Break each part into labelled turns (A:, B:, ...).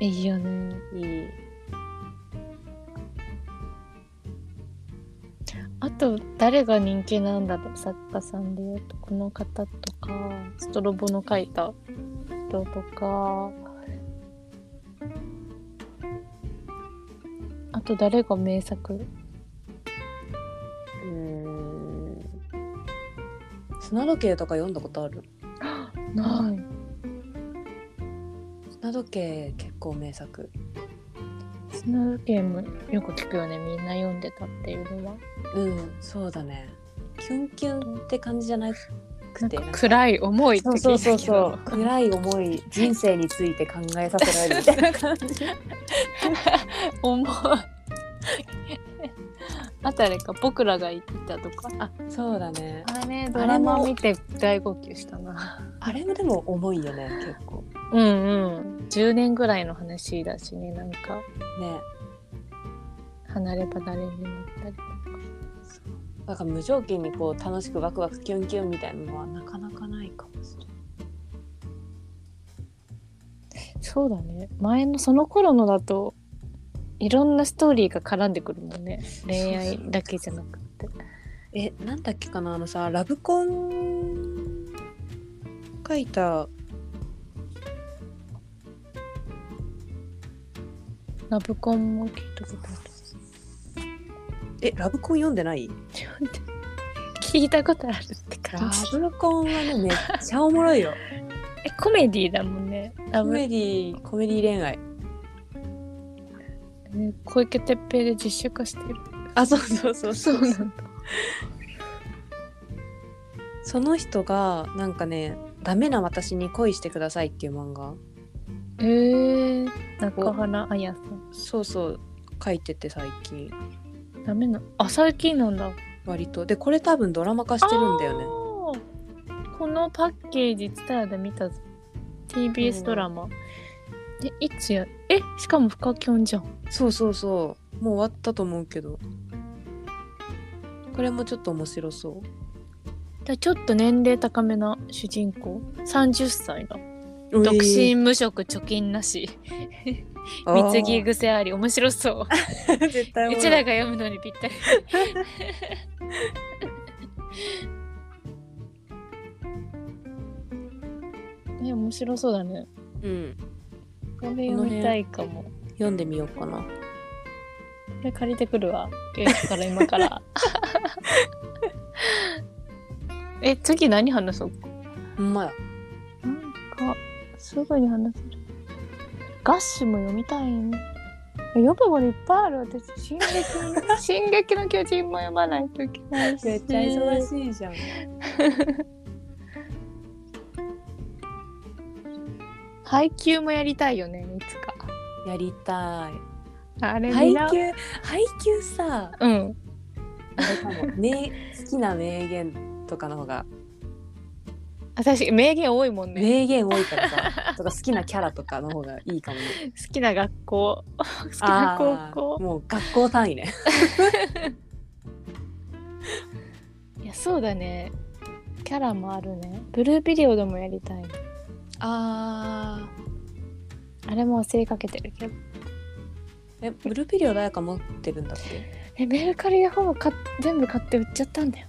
A: いいよね
B: いい
A: あと誰が人気なんだろう作家さんでいうとこの方とかストロボの書いた人とかあと誰が名作
B: うーん砂時計とか読んだことある
A: ない
B: 砂時計結構名作
A: 砂時計もよく聞くよねみんな読んでたっていうのは
B: うんそうだねキュンキュンって感じじゃな
A: な
B: く
A: ん
B: て
A: か暗い思いって
B: そう
A: 聞
B: そうそう
A: いたけ
B: そ
A: ど
B: う暗い思い人生について考えさせられるみ たいな感じ
A: 重い あたりか僕らが行ったとかあ
B: そうだね
A: あれね
B: ド
A: ド
B: ラ
A: ラ
B: マ
A: マ
B: 見
A: 見て大号泣したな
B: あれもでも重いよね結構
A: うんうん10年ぐらいの話だしねなんか
B: ね
A: 離れ離れになったり
B: なんか無条件にこう楽しくワクワクキュンキュンみたいなのはなかなかないかもしれない
A: そうだね前のその頃のだといろんなストーリーが絡んでくるもんね恋愛だけじゃなくて
B: えなんだっけかなあのさラブコン書いた
A: ラブコンも聞いたことある
B: えラブコン読んでない
A: 聞いたことあるって感
B: ラ
A: じ
B: ブコンはねめっちゃおもろいよ
A: えコメディだもんね ラ
B: コ
A: ブ
B: メディコメディ恋愛
A: ね小池徹平で実写化してる
B: あそうそうそう
A: そうなんだ
B: その人がなんかね「ダメな私に恋してください」っていう漫画
A: えー、中原綾さん
B: そうそう書いてて最近
A: ダメなあ最近なんだ
B: 割とでこれ多分ドラマ化してるんだよね
A: あーこのパッケージツタヤで見たぞ TBS ドラマ、えいつやえしかもフカキョンじゃん
B: そうそうそうもう終わったと思うけどこれもちょっと面白そう
A: だちょっと年齢高めな主人公30歳だ
B: 独
A: 独身無職貯金なし貢ぎ癖あり面白そう
B: 絶対
A: うちらが読むのにぴったり ね面白そうだね
B: うん
A: これ読みたいかも
B: 読んでみようかな
A: これ借りてくるわゲームから今から え次何話そうか
B: ほんまや
A: なんかすぐに話せるガッシュも読みたいね読むものいっぱいある私「進撃の 進撃の巨人」も読まないといけないし
B: しいじゃん
A: 配給もやりたいよねいつか
B: やりた
A: あれ
B: い配
A: 見
B: 給
A: な
B: 配給さ
A: うん
B: あれかも名好きな名言とかの方が
A: 私名言多いもんね
B: 名言多いから さとか好きなキャラとかの方がいいかもね
A: 好きな学校 好きな高
B: あー
A: 校
B: もう学校単位ね
A: いやそうだねキャラもあるねブルーピリオドもやりたい
B: あ
A: あれも忘れかけてるけど
B: えブルーピリオ誰か持ってるんだっけ
A: えメルカリでほぼ買っ全部買って売っちゃったんだよ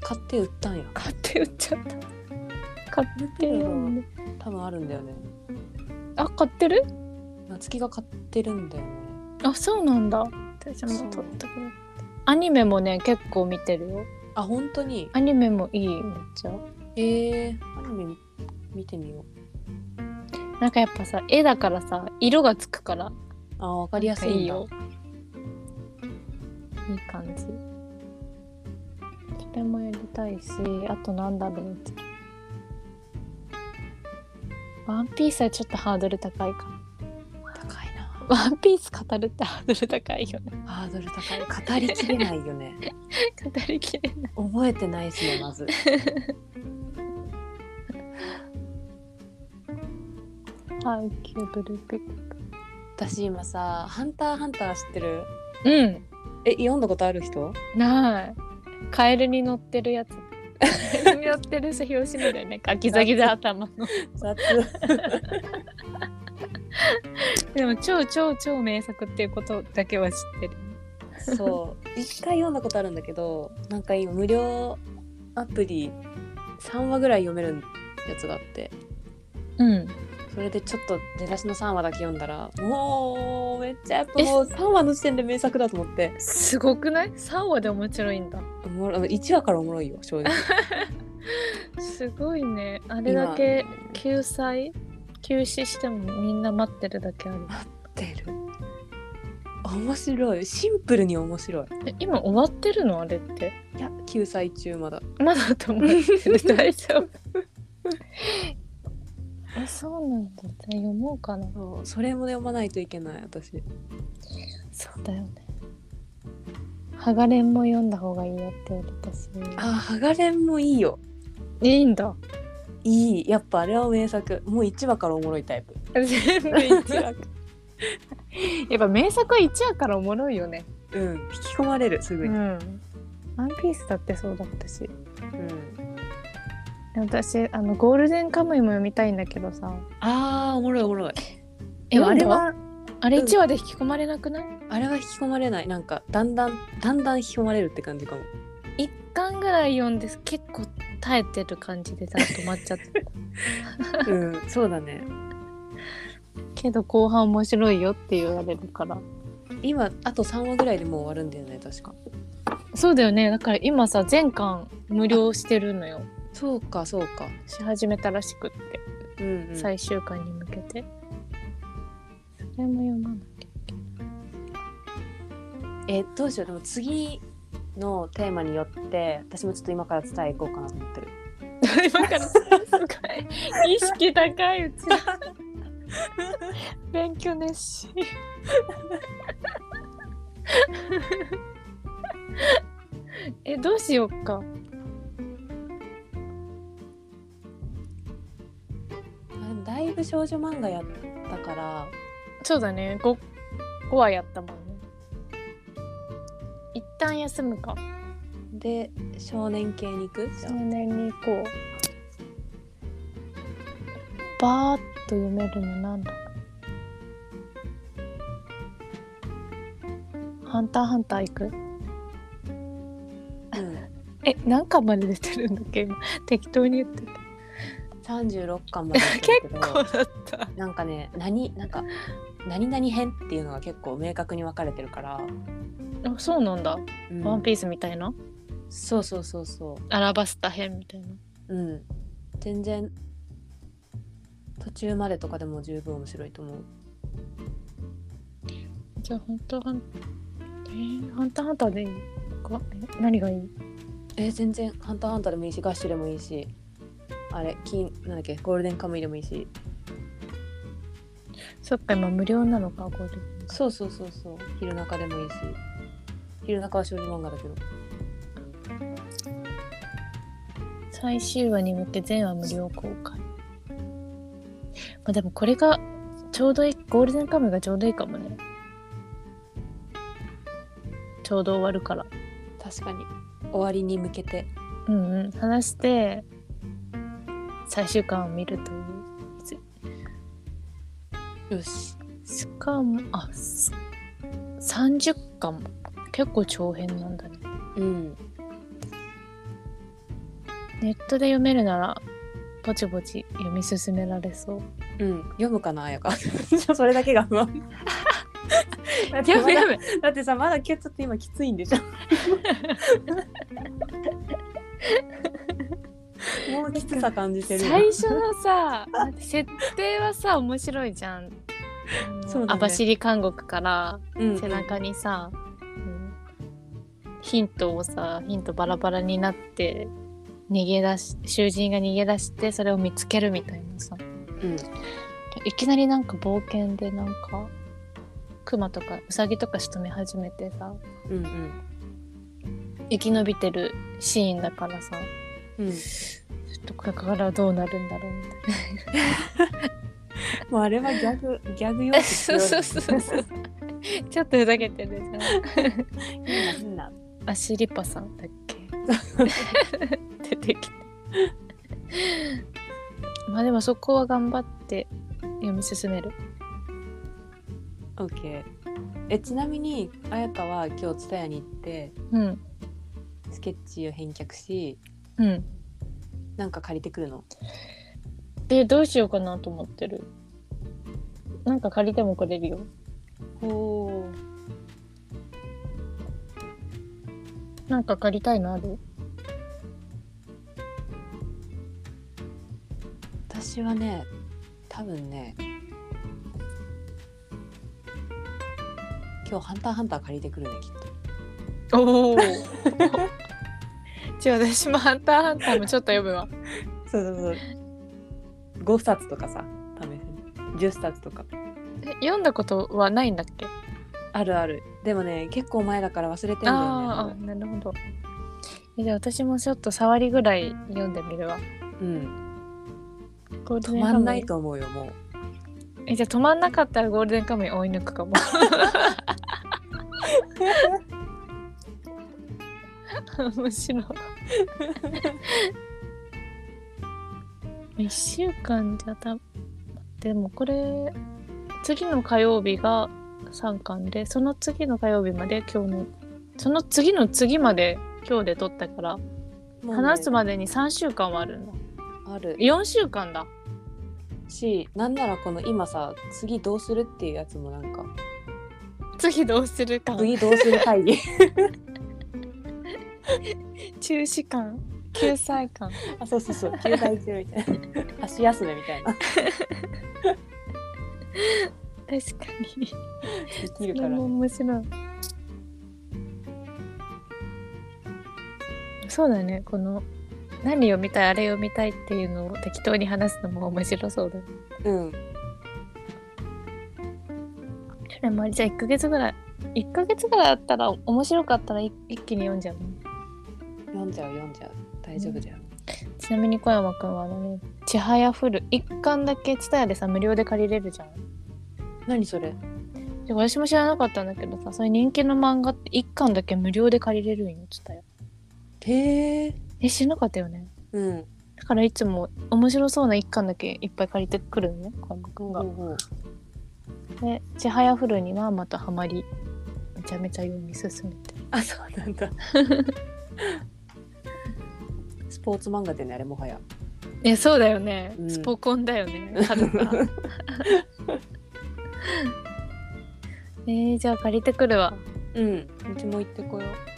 B: 買って売ったんや
A: 買って売っちゃった買ってるよね
B: 多分あるんだよね
A: あ買ってる
B: 夏希が買ってるんだよね
A: あそうなんだ私も取ったくなったアニメもね結構見てるよ
B: あ本当に
A: アニメもいいめっちゃ
B: えー、アニメ見見てみよう
A: なんかやっぱさ絵だからさ色がつくから
B: あーわかりやすいんだ
A: いいよいい感じそれもやりたいしあとなんだろうワンピースはちょっとハードル高いか
B: 高いな
A: ワンピース語るってハードル高いよね
B: ハードル高い語りきれないよね
A: 語りきれない
B: 覚えてないしねまず
A: ハーキューブルーピ
B: 私今さ「ハンターハンター」知ってる
A: うん
B: え読んだことある人
A: ないカエルに乗ってるやつカエルに乗ってるし表紙みたいななんかギザギザ頭の
B: 雑
A: でも超超超名作っていうことだけは知ってる
B: そう一回読んだことあるんだけどなんか今無料アプリ3話ぐらい読めるやつがあって
A: うん
B: それでちょっと出だしの3話だけ読んだらもうめっちゃやっぱもう3話の時点で名作だと思って
A: すごくない ?3 話で面白いんだ
B: おもろ1話からおもろいよ正 直
A: すごいねあれだけ救済休止してもみんな待ってるだけある
B: 出る面白いシンプルに面白い
A: え今終わってるのあれって
B: いや救済中まだ
A: まだと思って る大丈夫えそうなんだじゃあ読もうかな
B: そうそれも読まないといけない私
A: そうだよね「ハガレン」も読んだ方がいいよって言われたし
B: あハガレンもいいよ
A: いいん だ
B: いいやっぱあれは名作もう1話からおもろいタイプ
A: 全部一話 やっぱ名作は一話からおもろいよね
B: うん引き込まれるすぐ
A: う
B: に、
A: ん「ワンピースだってそうだった
B: う
A: し
B: ん
A: 私あのゴールデンカムイも読みたいんだけどさ
B: あーおもろいおもろい
A: え
B: でも
A: あ
B: あ
A: れ
B: れ
A: は
B: は
A: あれ
B: うん
A: 1話で引き込まれなくない、
B: あれは引き込まれないなんかだんだんだんだん引き込まれるって感じかも
A: 一巻ぐらい読んで結構耐えてる感じでさ止まっちゃった
B: うんそうだね
A: けど後半面白いよって言われるから
B: 今あと3話ぐらいでもう終わるんだよね確か
A: そうだよねだから今さ全巻無料してるのよ
B: そうかそうか
A: し始めたらしくって、
B: うん、うん、
A: 最終回に向けてそれも読まなきゃ
B: えどうしようでも次のテーマによって私もちょっと今から伝えいこうかなと思ってる
A: 今からすごい意識高いうち勉強熱心 えどうしよっか
B: あだいぶ少女漫画やったから
A: そうだね 5, 5話やったもんね一旦休むか
B: で少年系に行くじゃあ
A: 年に行こうバーッと読めるのなんだろうハンターハンター行く
B: うん、
A: え何巻まで出てるんだっけ今適当に言ってた
B: 36巻までだったけ ど
A: 結構だった
B: なんかね何なんか何々編っていうのが結構明確に分かれてるから、
A: あそうなんだ、
B: うん
A: ワンピースみたいな
B: そうそうそうそ
A: アラバスタ編みたいな
B: ううん全然途中までとかでも十分面白いと思う
A: じゃあハンターハンえー、ハンターハンターでいいかえ何がいい
B: えー全然「ハンターハンター」でもいいしガッシュでもいいしあれ金なんだっけゴールデンカムイでもいいし
A: そっか今無料なのかゴールデン
B: そうそうそうそう昼中でもいいし昼中は少女漫画だけど
A: 最終話に向け全話無料公開まあでもこれがちょうどいいゴールデンカムイがちょうどいいかもねちょうど終わるから
B: 確かに終わりに向けて
A: うんうん話して最終巻を見るという
B: よし
A: しかもあす30巻も結構長編なんだね
B: うん
A: ネットで読めるならぼちぼち読み進められそう
B: うん読むかな彩香 それだけが不 安だってまだ
A: む
B: だってさまだ今日ちょっと今きついんでしょもうきつさ感じてるよ
A: 最初の さだって設定はさ面白いじゃん。
B: そうだね
A: 網走監獄から
B: うん
A: 背中にさ、うんヒントをさヒントバラバラになって逃げ出し囚人が逃げ出してそれを見つけるみたいなさ
B: うん
A: いきなりなんか冒険でなんかクマとかウサギとか仕留め始めてさ
B: うんうん
A: 生き延びてるシーンだからさ
B: うん
A: ちょっとこれからどうなるんだろうみたいな。
B: もうあれはギャグギャグ要素
A: そうそうそうそう。 ちょっとふざけてるじゃん。
B: 変な
A: アシリパさんだっけ 出てきてまあでもそこは頑張って読み進める
B: OK えちなみに彩香は今日蔦屋に行って
A: うん
B: スケッチを返却し
A: うん
B: なんか借りてくるの
A: でどうしようかなと思ってるなんか借りてもくれるよ
B: お
A: なんか借りたいのある
B: 私はね多分ね今日「ハンターハンター」借りてくるねきっと
A: おお じゃあ私も「ハンターハンター」もちょっと読むわ
B: そうそうそう5冊とかさ試せる10冊とか
A: え読んだことはないんだっけ
B: あるあるでもね結構前だから忘れてんだよ
A: あーあ
B: ね
A: なるほどえじゃあ私もちょっと触りぐらい読んでみるわ
B: うん
A: ゴール
B: 止
A: デン
B: ま
A: カ
B: ん
A: ム
B: な
A: イ
B: いと思うよもう
A: えじゃあ止まんなかったらゴールデンカムイ追い抜く かもむしろ1週間じゃたでもこれ次の火曜日が3巻でその次の火曜日まで今日のその次の次まで今日で撮ったから
B: もうね
A: 話すまでに3週間はあるんだ
B: ある
A: 4週間だ
B: しなんならこの今さ次どうするっていうやつもなんか
A: 次どうするか
B: 次どうする会議
A: 中止感救済感
B: あそうそうそう 休会中みたいな足休めみたいな
A: 確か
B: で
A: に
B: き
A: そ
B: る
A: れ
B: から
A: も面白いそうだねこの何読みたいあれ読みたいっていうのを適当に話すのも面白そうだね
B: うん
A: それもありじゃあ1ヶ月ぐらい1ヶ月ぐらいあったら面白かったらい一気に読んじゃうね
B: 読んじゃう読んじゃう大丈夫だよ、
A: ちなみに小山くんはあのね「ちはやふる」1巻だけ TSUTAYA でさ無料で借りれるじゃん
B: 何それ
A: で私も知らなかったんだけどさそういう人気の漫画って1巻だけ無料で借りれるんよ TSUTAYA
B: へえ
A: え知らなかったよね
B: うん
A: だからいつも面白そうな一巻だけいっぱい借りてくるのね、小山くんが。
B: う
A: で、ちはやふるにはまたハマり、めちゃめちゃ読み進めて。
B: あそうなんだスポーツ漫画でねあれもはや
A: え、そうだよね
B: うんスポ
A: コンだよ ねえー、じゃあ借りてくるわ。
B: うんうちも行ってこよう